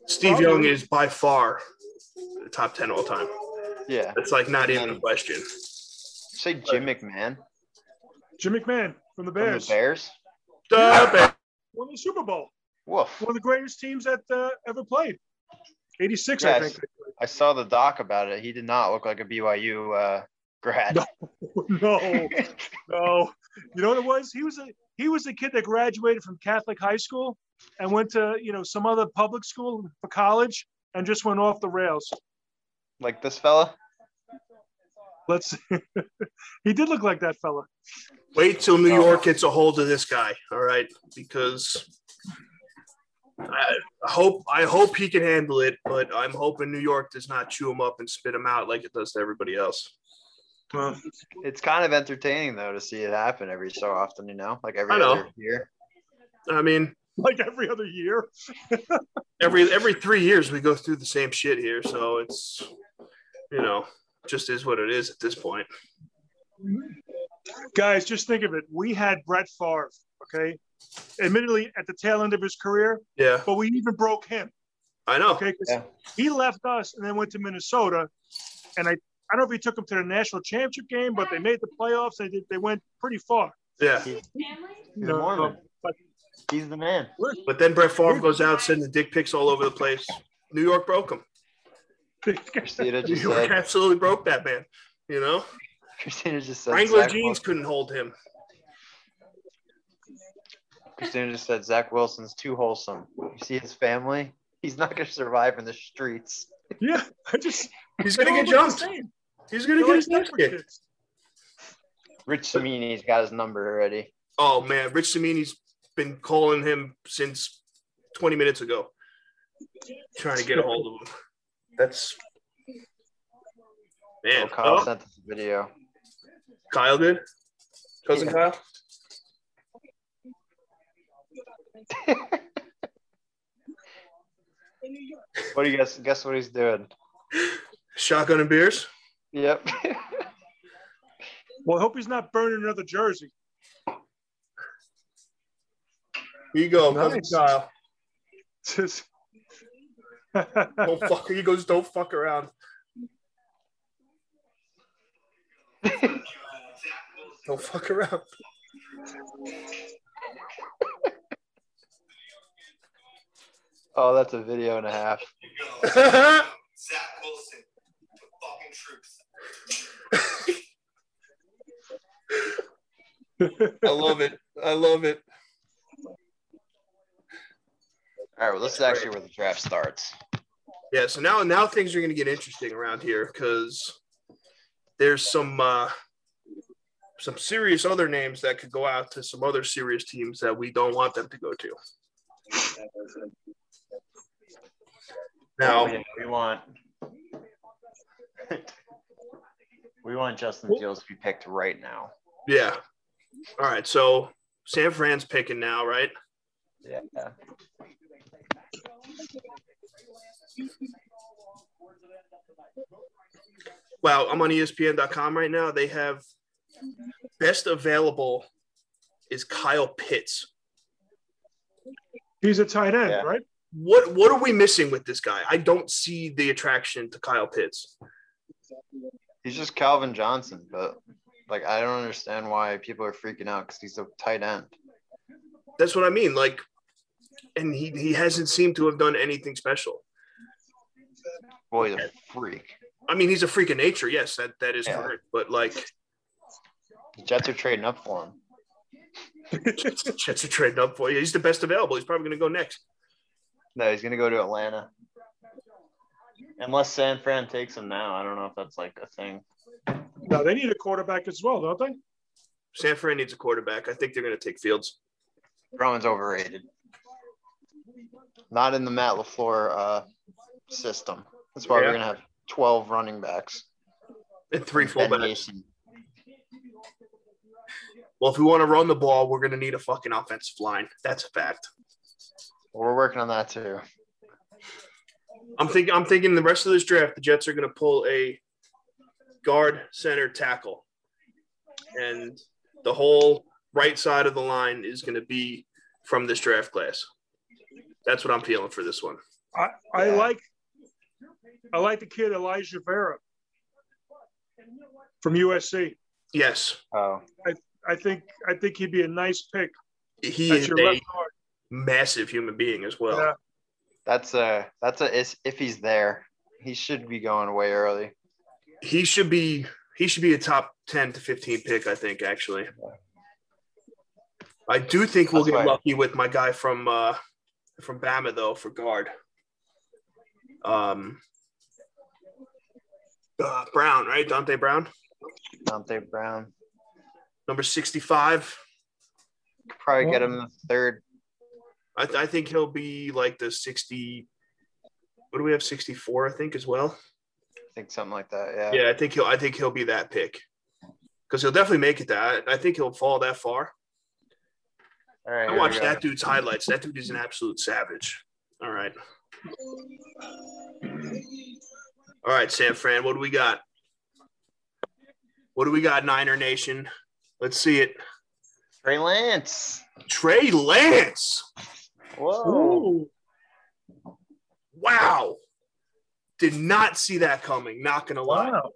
Steve
Probably.
Young is by far the top 10 all time.
yeah.
That's like not even a question.
Say Jim McMahon
Jim McMahon from
from
the Bears.
the Bears.
Stop it.
Won the Super Bowl.
Woof.
one of the greatest teams that uh, ever played. 86, I
Yes.
think.
I saw the doc about it. He did not look like a BYU uh, grad.
No. no, no. You know what it was? He was a he was the kid that graduated from Catholic high school and went to you know some other public school for college and just went off the rails.
Like this fella.
Let's. he did look like that fella.
Wait till New York gets a hold of this guy. All right. Because I hope I hope he can handle it, but I'm hoping New York does not chew him up and spit him out like it does to everybody else.
It's kind of entertaining though to see it happen every so often, you know, like every
I know.
other year.
I mean,
Like every other year.
every every three years we go through the same shit here, so it's you know, just is what it is at this point.
Guys, just think of it. We had Brett Favre, okay? Admittedly, at the tail end of his career,
Yeah,
but we even broke him.
I know.
Okay, 'cause
Yeah.
he left us and then went to Minnesota, and I I don't know if he took them to the national championship game, but they made the playoffs. They did, they went pretty far.
Yeah.
He's
No,
Mormon.
but-
He's the man.
But then Brett Favre goes out sending dick pics all over the place. New York broke him.
Christina
New
just
York
said.
absolutely broke that man. You know,
Christina just said.
Wrangler
Zach
jeans
Wilson,
couldn't hold him.
Christina just said Zach Wilson's too wholesome. You see his family. He's not going to survive in the streets.
Yeah, I just
He's
they
gonna
all
get
look the
jumped.
same.
He's gonna
They're
get
like
his nuts
Stanford
kicked.
kids.
Rich Samini's got his number already.
Oh man, Rich Samini's been calling him since 20 minutes ago, trying to get a hold of him. That's
Oh,
man.
Kyle
oh,
sent us a video.
Kyle did. Cousin Kyle.
What do you guess? Guess what he's doing?
Shotgun and beers.
Yep.
Well, I hope he's not burning another jersey.
Here you go,
Nice.
cousin Kyle.
Just-
Don't fuck. He goes, don't fuck around. don't fuck around.
oh, that's a video and a half.
I love it. I love it.
All right, well, this is actually where the draft starts.
Yeah, so now now things are going to get interesting around here because there's some uh, some serious other names that could go out to some other serious teams that we don't want them to go to.
Oh,
Now,
Yeah, we want.
We want Justin Fields to be picked right now.
yeah. All right, so San Fran's picking now, right?
Yeah.
Wow, I'm on E ESPN.com right now. They have best available is Kyle Pitts.
he's a tight end,
Yeah.
right?
What what are we missing with this guy? I don't see the attraction to Kyle Pitts.
He's just Calvin Johnson, but like I don't understand why people are freaking out because he's a tight end.
That's what I mean. Like, and he he hasn't seemed to have done anything special.
Boy, he's a freak.
I mean, he's a freak of nature. Yes, that that is
Yeah.
correct. But like,
The Jets are trading up for him.
Jets are trading up for you. He's the best available. He's probably going to go next.
No, he's gonna go to Atlanta. Unless San Fran takes him now, I don't know if that's like a thing.
No, they need a quarterback as well, don't they?
San Fran needs a quarterback. I think they're going to take Fields.
Brown's overrated. Not in the Matt Lafleur uh, system. That's why
Yeah.
we're gonna have twelve running backs.
And three
Ben
fullbacks.
Mason.
Well, if we want to run the ball, we're going to need a fucking offensive line. That's a fact.
We're working on that too.
I'm thinking. I'm thinking the rest of this draft, the Jets are going to pull a guard, center, tackle, and the whole right side of the line is going to be from this draft class. That's what I'm feeling for this one.
I, I
Yeah.
like I like the kid Elijah Vera from USC.
Yes,
Oh,
I think I think he'd be a nice pick.
he
That's
is
your
a
left guard.
massive human being as well.
Yeah.
that's a that's a is- if he's there, he should be going away early.
He should be. He should be a top ten to fifteen pick. I think actually. I do think we'll
That's
get
right.
lucky with my guy from uh, from Bama though for guard. Um, uh, Brown, right? Dante Brown,
Dante Brown
number sixty-five.
could probably get him the third.
I, I think he'll be like the sixty. What do we have? Sixty-four, I think, as well.
I think something like that. Yeah.
Yeah, I think he'll. I think he'll be that pick because he'll definitely make it. That I think he'll fall that far.
All right.
I
here we
watched
go.
that dude's highlights. That dude is an absolute savage. All right. All right, San Fran, what do we got? What do we got, Niner Nation? Let's see it.
Trey Lance.
Trey Lance.
Whoa.
Wow. Did not see that coming, not gonna lie.
Wow.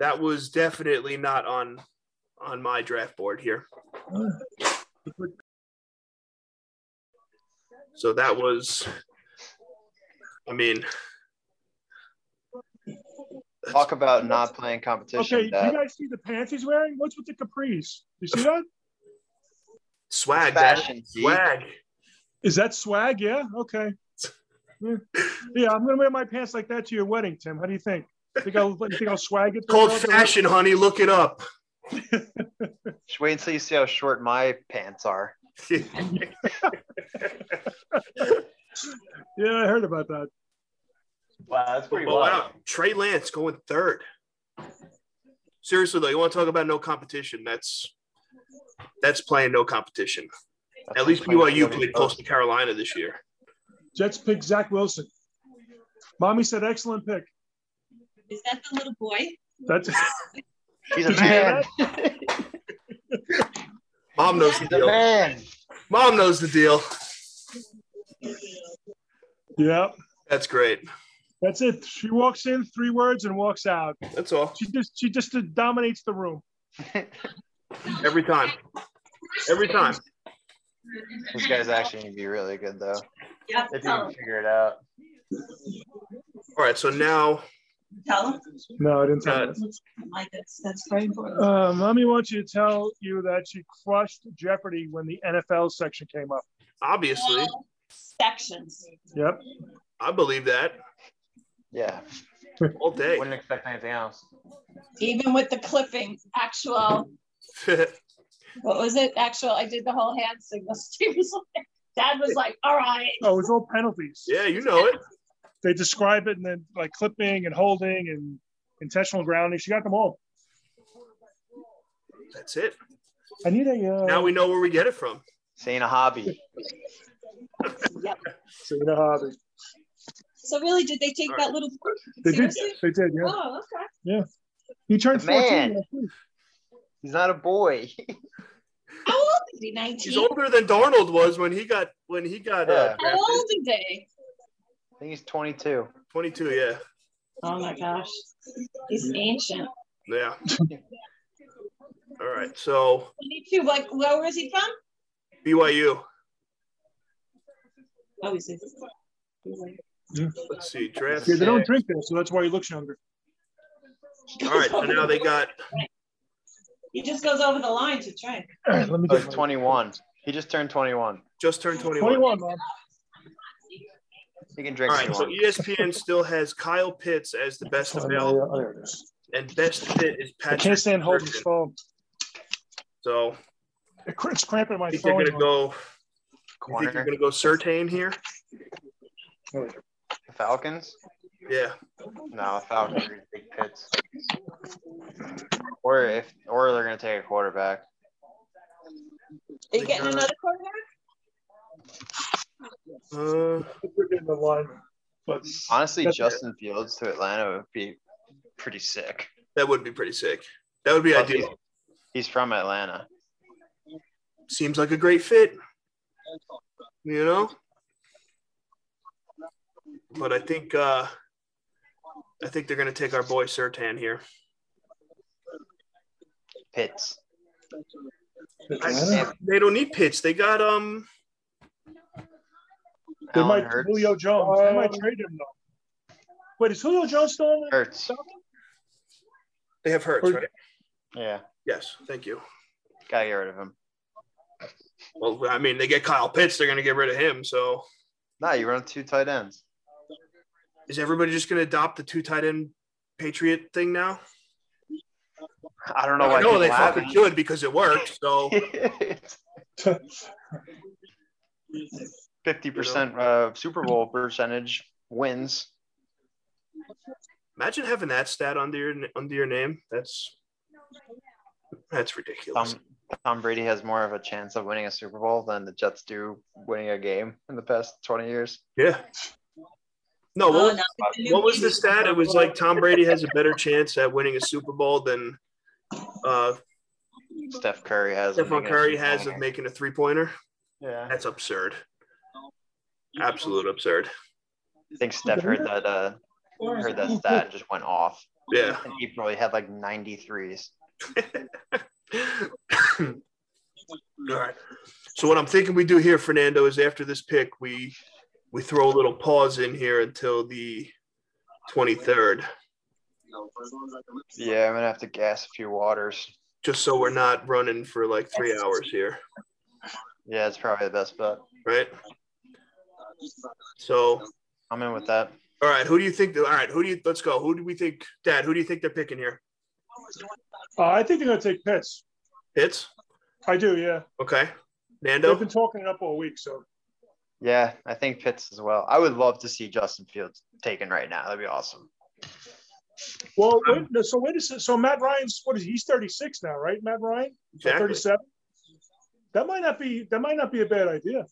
that was definitely not on on my draft board here. So that was, I mean,
Talk about not playing competition.
Okay, do
Dad.
you guys see the pants he's wearing? What's with the capris? You see that?
swag, that
Fashion. Zeke.
swag.
Is that swag? Yeah. Okay. Yeah, Yeah, I'm gonna wear my pants like that to your wedding, Tim. How do you think? Think I'll you think I'll swag it?
Called fashion, honey. Look it up.
Just wait until you see how short my pants are.
Yeah, I heard about that.
Wow, that's pretty
Oh,
wild.
wow. Trey Lance going third. Seriously though, you want to talk about no competition? That's that's playing no competition. At least BYU played Coastal Carolina this year.
Jets pick Zach Wilson. Mommy said excellent pick.
Is that the little boy?
That's
Oh, He's a
Did you hear
man.
Mom knows the
He's a
deal.
man.
Mom knows the deal.
yeah.
That's great.
That's it. She walks in, three words, and walks out.
That's all.
She just she just dominates the room.
Every time. Every time.
This guy's actually gonna be really good though.
Yeah,
If you
tell
Oh.
can
him.
figure it out.
All right. So now
Tell him.
No, I didn't
tell
tell
Like that's that's very important.
uh, Mommy wants you to tell you that she crushed Jeopardy when the NFL section came up.
obviously
All Sections.
Yep.
I believe that
Yeah.
all day.
Wouldn't expect anything else.
Even with the clippings, actual what was it? Actual I did the whole hand signal. Steve was like, Dad was like, all right.
Oh, it's all penalties.
yeah, you know it.
They describe it and then like clipping and holding and intentional grounding. She got them all.
That's it.
I need a uh,
Now we know where we get it from.
Saying a hobby.
Yep.
so you know how they,
So really, did they take
All right.
that little boy?
they did.
Seriously?
They did. Yeah.
Oh, okay.
He turned
The man.
14. last week.
He's not a boy.
How old is he? 19?
He's older than Darnold was when he got when he got uh,
Yeah.
How
drafted.
old is he?
I think he's 22.
22. Yeah,
Oh my gosh. He's ancient.
yeah. All right. So
22, like, where is he from?
BYU.
Oh, he's he's-
Let's see draft.
Yeah, they don't drink there, so that's why he looks younger.
All right. So now they got
He just goes over the line to drink.
All right, let me
Oh,
get
he's 21. He just turned 21.
just turned 21.
21, Mom.
He can
All
drink. if
right.
he
So E
wants.
ESPN still has Kyle Pitts as the best
Oh,
available,
there it is.
and best fit is
I
Patrick.
can't stand holding his
Peterson.
phone.
So
It cr- It's cramping
I
my
think they're
phone.
gonna go. You think you're
Corner.
gonna go Sertain here?
The Falcons?
Yeah.
No, the Falcons are big pits. Or if or they're gonna take a quarterback.
Are you getting another quarterback?
Oh, Uh,
We're getting the lineman. But
Honestly,
That's-
Justin Fields to Atlanta would be pretty sick.
that would be pretty sick. That would be
Plus,
ideal.
He's from Atlanta.
Seems like a great fit. You know. But I think uh, I think they're gonna take our boy Sertan here.
Pitts.
I- they don't need Pitts. They got um.
they
Allen
might
Hurts.
Julio Jones. They might trade him though. Wait, is Julio Jones still on there?
Hurts.
They have Hurts, right?
Yeah.
Yes. Thank you.
Gotta get rid of him.
Well, I mean, they get Kyle Pitts. They're gonna get rid of him. So
No, you run two tight ends.
is everybody just gonna adopt the two tight end Patriot thing now?
I don't know
No,
why
no
people
they
have
fucking should because it works. So
it. Fifty percent uh, Super Bowl percentage wins.
imagine having that stat under your under your name. That's that's ridiculous.
Tom, Tom Brady has more of a chance of winning a Super Bowl than the Jets do winning a game in the past twenty years.
yeah. No, what,
Oh,
was-
no, it's a new
what was the
baby.
stat? It was like Tom Brady has a better chance at winning a Super Bowl than uh,
Steph Curry has. of
Stephon
making a
Curry
Super
has
Bowl
of
game.
making a three pointer.
Yeah.
That's absurd. Absolute absurd.
I think Steph heard that. Uh, heard that stat and just went off.
Yeah.
In April, he had like 93s.
All right. So what I'm thinking we do here, Fernando, is after this pick, we we throw a little pause in here until the 23rd,
Yeah, I'm gonna have to gas a few waters.
just so we're not running for like three hours here,
Yeah, it's probably the best bet.
right? So,
I'm in with that.
all right, who do you think? All right, who do you? Let's go. Who do we think, Dad? Who do you think they're picking here?
Uh, I think they're going to take Pitts.
Hits.
I do, yeah.
Okay.
They've
Nando.
been talking it up all week, so
Yeah, I think Pitts as well. I would love to see Justin Fields taken right now. That'd be awesome.
well. Wait, no, so wait a second. So Matt Ryan's what is he? He's thirty six now, right? Matt Ryan,
Exactly.
thirty seven. That might not be that might not be a bad idea.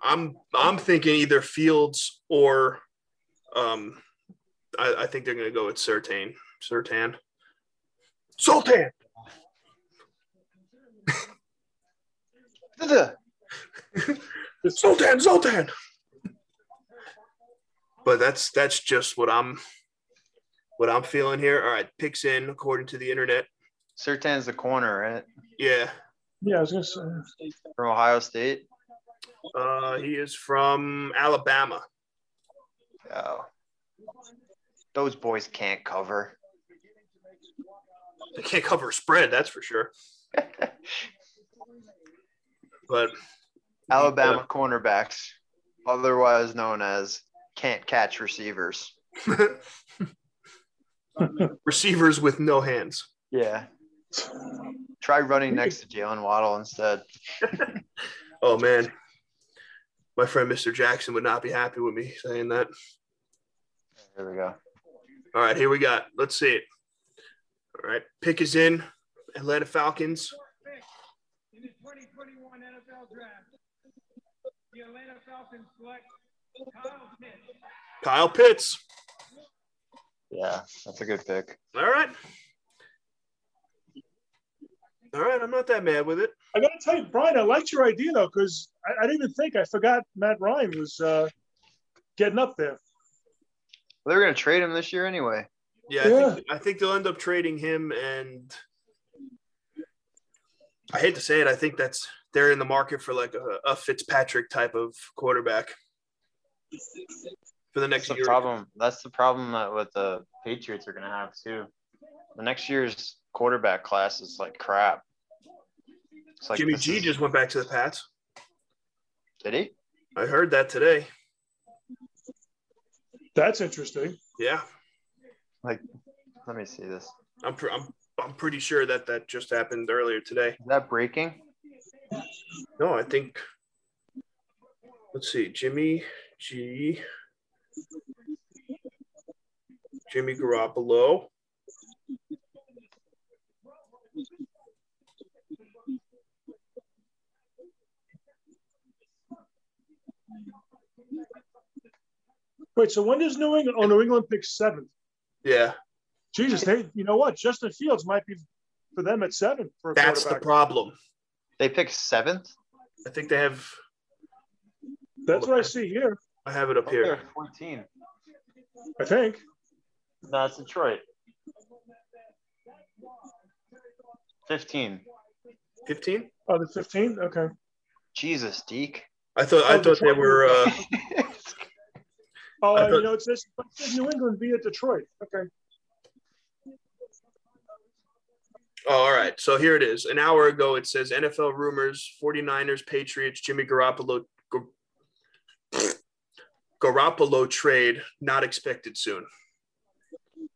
I'm I'm thinking either Fields or, um, I, I think they're gonna go with Sertan. Sertan. Sultan. Zoltan, Zoltan. But that's that's just what I'm what I'm feeling here. All right, picks in according to the internet.
Sertan's the corner, right?
Yeah,
Yeah, I was going to say.
From Ohio State.
uh, he is from Alabama.
Oh. Those boys can't cover.
They can't cover a spread, that's for sure. But
Alabama cornerbacks, otherwise known as can't catch receivers.
receivers with no hands.
Yeah. Try running next to Jalen Waddle instead.
Oh man, my friend Mr. Jackson would not be happy with me saying that.
There we go.
All right, here we got. Let's see it. All right, pick is in. Atlanta Falcons.
in the 2021 NFL Draft. The Atlanta Falcons select Kyle Pitts.
Kyle Pitts.
Yeah, that's a good pick.
All right. All right, I'm not that mad with it.
I got to tell you, Brian, I liked your idea though because I, I didn't even think I forgot Matt Ryan was uh, getting up there.
They're going to trade him this year anyway.
Yeah, I, think, I think they'll end up trading him, and I hate to say it, I think that's they're in the market for like a, a Fitzpatrick type of quarterback for the
That's
next
the
year.
problem. That's the problem that what the Patriots are going to have too. The next year's quarterback class is like crap. It's like
Jimmy
this
G
is-
just went back to the Pats.
did he?
I heard that today.
That's interesting.
Yeah,
Let me see this.
I'm pr- I'm I'm pretty sure that that just happened earlier today.
Is that breaking?
No, I think. Let's see, Jimmy G. Jimmy Garoppolo.
Wait, so when does New England? Oh, New England picks seventh.
Yeah,
Jesus, they you know what? Justin Fields might be for them at seven for a
that's the
quarterback.
problem.
They picked seventh.
I think they have.
That's what I see here.
I have it up
They're
here.
14.
I think.
No, it's Detroit. 15.
Fifteen.
Oh, the 15th? Okay.
Jesus, Deke.
I thought. I
Oh,
thought they
Detroit.
were. Uh,
Oh,
I thought-
you know, it's this. But should New England be at Detroit? Okay.
oh, all right. So here it is. An hour ago, it says NFL rumors: 49ers, Patriots, Jimmy Garoppolo. Gar- Garoppolo trade not expected soon.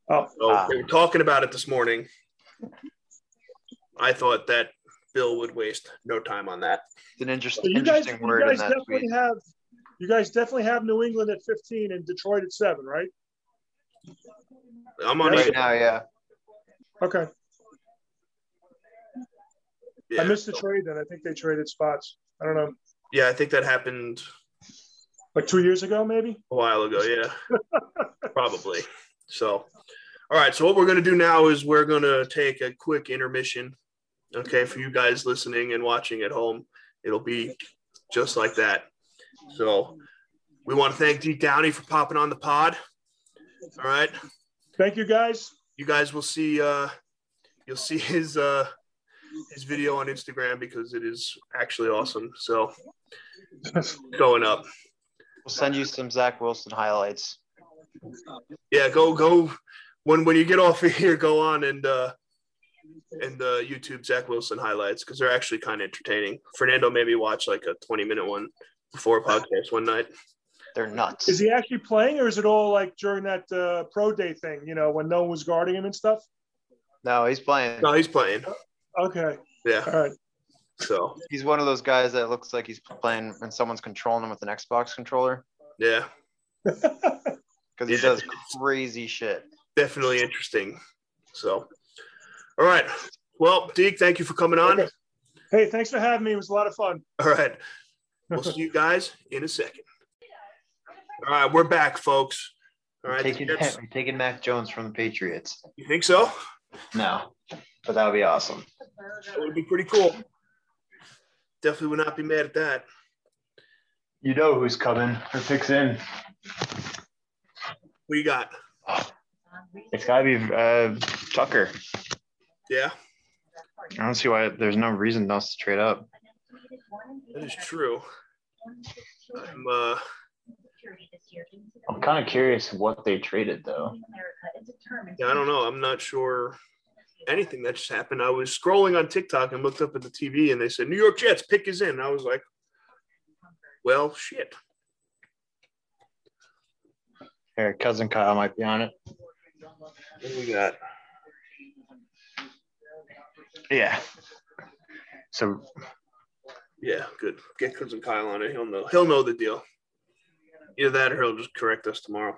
Oh.
So
Ah.
they were talking about it this morning. I thought that Bill would waste no time on that.
It's an interest,
So you guys,
interesting
you
word
guys
in that
definitely
tweet.
have. You guys definitely have New England at 15 and Detroit at seven, right?
I'm on
right
either-
now, yeah.
Okay.
yeah.
I missed the trade then. I think they traded spots. I don't know,
yeah, I think that happened
like two years ago, maybe.
a while ago. Yeah, probably. So, all right. So, what we're going to do now is we're going to take a quick intermission. Okay. For you guys listening and watching at home, it'll be just like that. So, we want to thank Deke Downey for popping on the pod. All right.
Thank you, guys.
You guys will see. Uh, you'll see his uh, his video on Instagram because it is actually awesome. So going up.
We'll send you some Zach Wilson highlights.
Yeah, go go. When when you get off of here, go on and uh, and uh, YouTube Zach Wilson highlights because they're actually kind of entertaining. Fernando made me watch like a twenty minute one before a podcast one night.
They're nuts.
Is he actually playing, or is it all like during that uh, pro day thing? You know, when no one was guarding him and stuff.
No, he's playing.
No, he's playing.
Okay.
Yeah.
All right.
So
He's one of those guys that looks like he's playing and someone's controlling him with an Xbox controller
yeah,
because he
Yeah.
does crazy shit.
definitely interesting. So, all right. Well, Deke, thank you for coming on.
Okay. Hey, thanks for having me. It was a lot of fun.
All right. We'll see you guys in a second. All right, we're back, folks. All right.
taking,
the Jets-
we're taking Mac Jones from the Patriots.
you think so?
No, but that would be awesome.
That would be pretty cool. Definitely would not be mad at that.
You know who's coming. Her pick's in.
What you got?
It's got to be uh, Tucker.
Yeah,
I don't see why there's no reason else to trade up.
that is true. I'm, uh,
I'm kind of curious what they traded, though.
yeah, I don't know. I'm not sure anything that just happened. I was scrolling on TikTok and looked up at the TV and they said, New York Jets, pick is in. I was like, well, shit.
Here, cousin Kyle might be on it.
What do we got?
Yeah. So
Yeah, good. Get cousin Kyle on it. He'll know. He'll know the deal. Either that, or he'll just correct us tomorrow.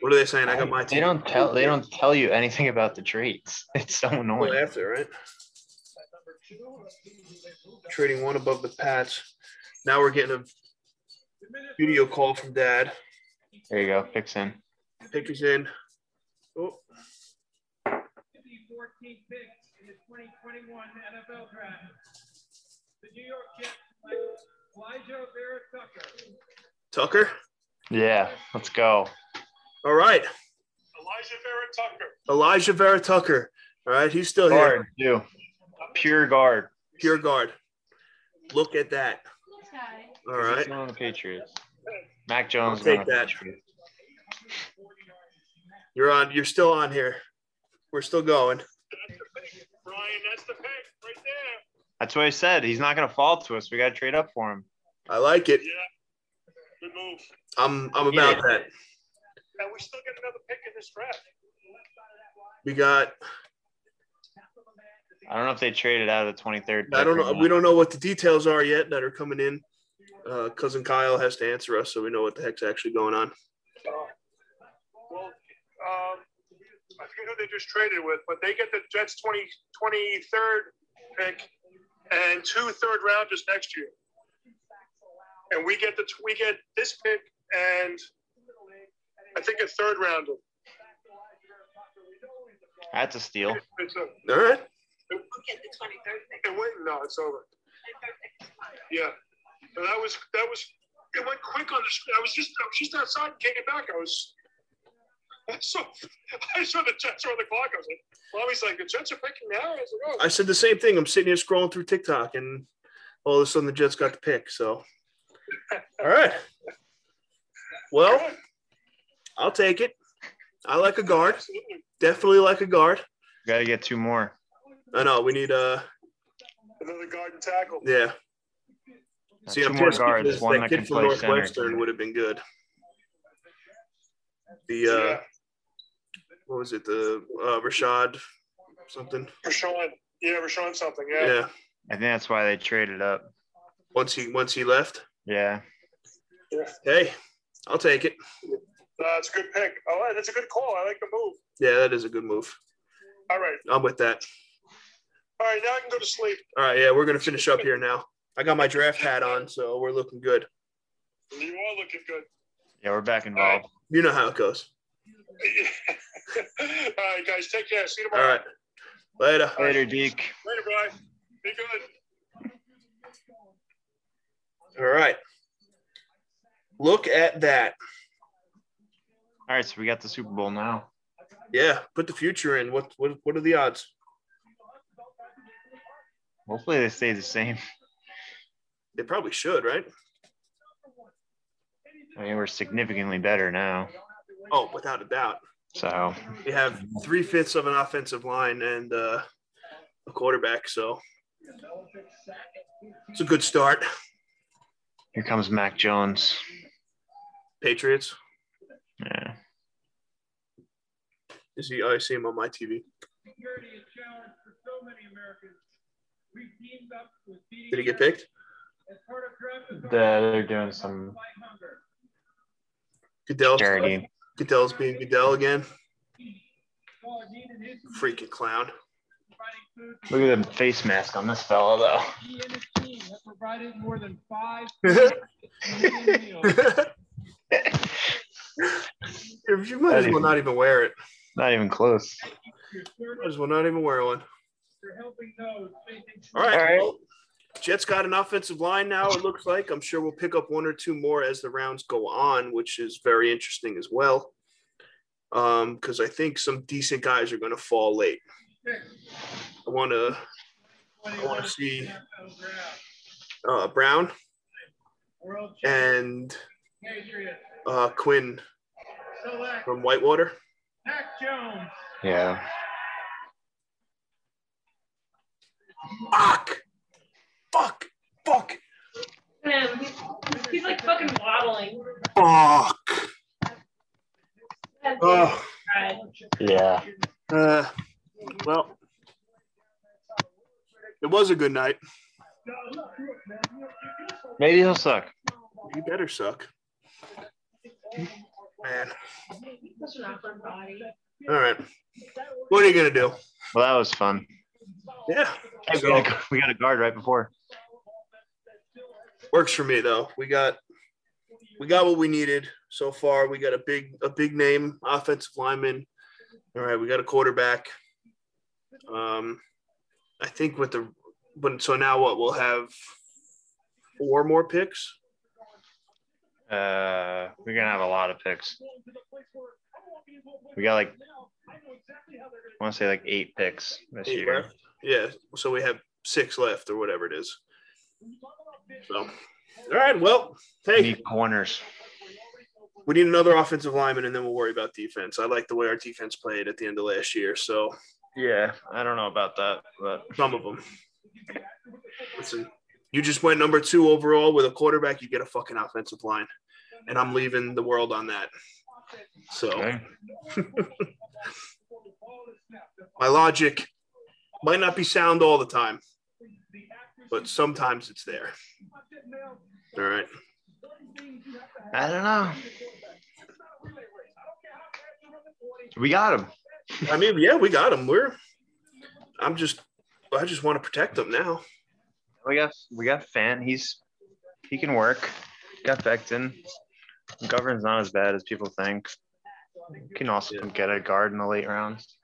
What are they saying? I got my team.
they don't tell they don't tell you anything about the trades. It's so
Well,
annoying.
after right. Trading one above the Pats. Now we're getting a video call from Dad.
There you go, picks in.
Pick is in. Oh,
the 14th pick in the 2021 NFL Draft. The New York Jets select Elijah Vera Tucker.
Tucker.
Yeah, let's go.
All right,
Elijah Vera Tucker.
Elijah Vera Tucker. All right, he's still here.
Guard, too. Pure guard.
Pure guard. Look at that. All
Is he
right.
still on the Patriots. Mac Jones.
I'll take
on the
that.
Patriots.
You're on. You're still on here. We're still going.
Brian, that's the pick right there.
That's what I said. He's not gonna fall to us. We gotta trade up for him.
I like it.
Good move.
I'm. I'm about
Yeah.
that.
And we still get another pick in this draft.
We got.
I don't know if they traded out of the 23rd.
I don't
pick or
know.
not.
We don't know what the details are yet that are coming in. Uh, Cousin Kyle has to answer us, so we know what the heck's actually going on.
Oh. Well, um, I forget who they just traded with, but they get the Jets 20, 23rd pick and two third rounders next year. And we get the we get this pick and I think a third rounder.
That's a steal.
It's a,
All right.
and wait, no, it's over. Yeah, and that was that was it went quick on the. sh- I was just I was just outside and came back. I was. I saw, I saw the Jets were on the clock. I was like, Mommy's like, the Jets are picking now. I was like, oh,
I said the same thing. I'm sitting here scrolling through TikTok, and all of a sudden the Jets got the pick. So, all right. Well, I'll take it. I like a guard.
absolutely.
Definitely like a guard.
Gotta get two more.
I know we need. Uh,
Another guard and tackle.
yeah.
Uh,
See,
two
I'm
more
pissed
guards.
because
One
that
that
kid
can
from
play center.
Northwestern would have been good. The uh,
Yeah.
what was it? The uh, Rashad something.
Rashawn. Yeah, Rashawn something.
Yeah.
Yeah.
I think that's why they traded up.
Once he once he left.
Yeah.
Hey, I'll take it.
Uh, That's a good pick. All right, that's a good call. I like the move.
Yeah, that is a good move.
All right.
I'm with that.
All right, now I can go to sleep.
All right. Yeah, we're gonna finish up here now. I got my draft hat on, so we're looking good.
You are looking good.
Yeah, we're back involved.
You know how it goes.
All right, guys, take care. See you
All
tomorrow.
right. Later.
Later, Deke.
Later, Brian. Be good.
All right. Look at that.
All right, so we got the Super Bowl now.
Yeah, put the future in. What what what are the odds?
Hopefully they stay the same.
They probably should, right?
I mean, we're significantly better now.
Oh, without a doubt.
So
We have three fifths of an offensive line and uh, a quarterback, so it's a good start.
here comes Mac Jones.
Patriots.
Yeah.
Is he? I see him on my TV.
Security is challenged for so many Americans. We've teamed up with BDS
Did he get picked?
as part of Travis
The, they're doing some.
by hunger.
Goodell.
Dirty.
Goodell's being Goodell again.
While he and his community
Freaking clown.
are providing food,
Look at the face mask on this fella, though.
he and his team have provided more than five million meals.
you might as well not even wear it.
Not even close.
Your service
Might as well not even wear one.
for helping those facing
All right.
All right.
well, Jets got an offensive line now, it looks like. I'm sure we'll pick up one or two more as the rounds go on, which is very interesting as well. Because I think some decent guys are going to fall late. I want to I want to see
NFL draft.
uh, Brown
World champion
and
Patriots
uh, Quinn
select
from Whitewater.
Mac Jones.
Yeah.
Fuck! Fuck! Fuck!
Man, he's, he's like fucking waddling.
Fuck!
That's
Oh.
right.
Yeah.
Uh, well, it was a good night.
Maybe he'll suck.
You better suck. Man.
Such an awkward body.
All right. What are you going to do?
Well, that was fun.
Yeah.
Hey, we, got a, we got a guard right before.
Works for me though. We got we got what we needed so far. We got a big a big name offensive lineman. All right, we got a quarterback. Um I think with the but so now what we'll have four more picks.
Uh, we're gonna have a lot of picks. We got like, I want to say like eight picks this
Eight
year.
left. Yeah, so we have six left or whatever it is. So all right, well,
We
hey,
need corners.
we need another offensive lineman and then we'll worry about defense. I like the way our defense played at the end of last year, so
Yeah, I don't know about that, but
Some of them. Listen, you just went number two overall with a quarterback. You get a fucking offensive line, and I'm leaving the world on that. So
Okay.
my logic might not be sound all the time, but sometimes it's there. All right.
I don't know. We got him.
I mean, yeah, we got him. We're. I'm just. I just want to protect them now.
We got we got Fan. He's he can work. Got Becton. Govern's not as bad as people think. Can also get a guard in the late rounds.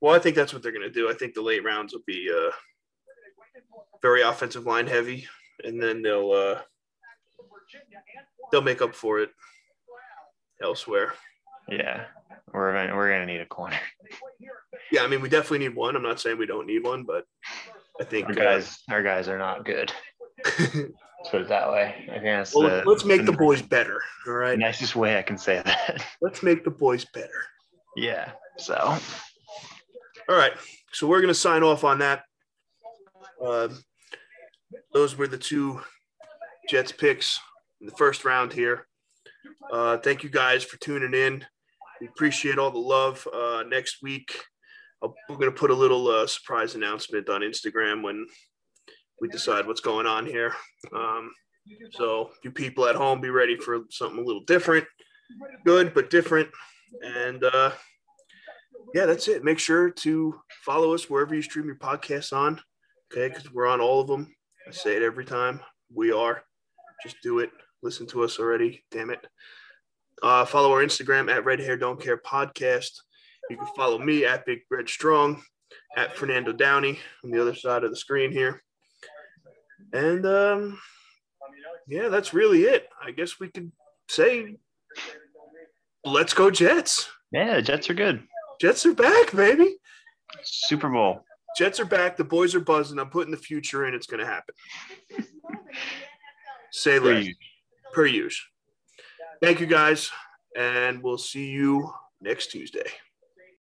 Well, I think that's what they're going to do. I think the late rounds will be uh, very offensive line heavy, and then they'll uh, they'll make up for it elsewhere.
Yeah, we're gonna- we're gonna need a corner.
Yeah, I mean, we definitely need one. I'm not saying we don't need one, but I think uh,
Our guys, our guys are not good. Let's put it that way. I think that's
well,
the,
let's make
the
the boys better. All right,
nicest way I can say that.
let's make the boys better.
yeah. So
All right. So we're going to sign off on that. Uh, those were the two Jets picks in the first round here. Uh, thank you guys for tuning in. We appreciate all the love. Uh, next week, I'll, we're going to put a little uh, surprise announcement on Instagram when we decide what's going on here. Um, so, you people at home, be ready for something a little different. Good, but different. And, uh, yeah, that's it. Make sure to follow us wherever you stream your podcasts on. Okay, because we're on all of them. I say it every time. We are. Just do it. Listen to us already. Damn it. Uh, follow our Instagram at Red Hair Don't Care Podcast. You can follow me at Big Red Strong, at Fernando Downey on the other side of the screen here. And um, yeah, that's really it. I guess we could say, let's go Jets.
Yeah, the Jets are good.
Jets are back, baby.
Super Bowl.
Jets are back. The boys are buzzing. I'm putting the future in. It's going to happen. Say
for
less.
you.
Per use. Thank you guys, and we'll see you next Tuesday.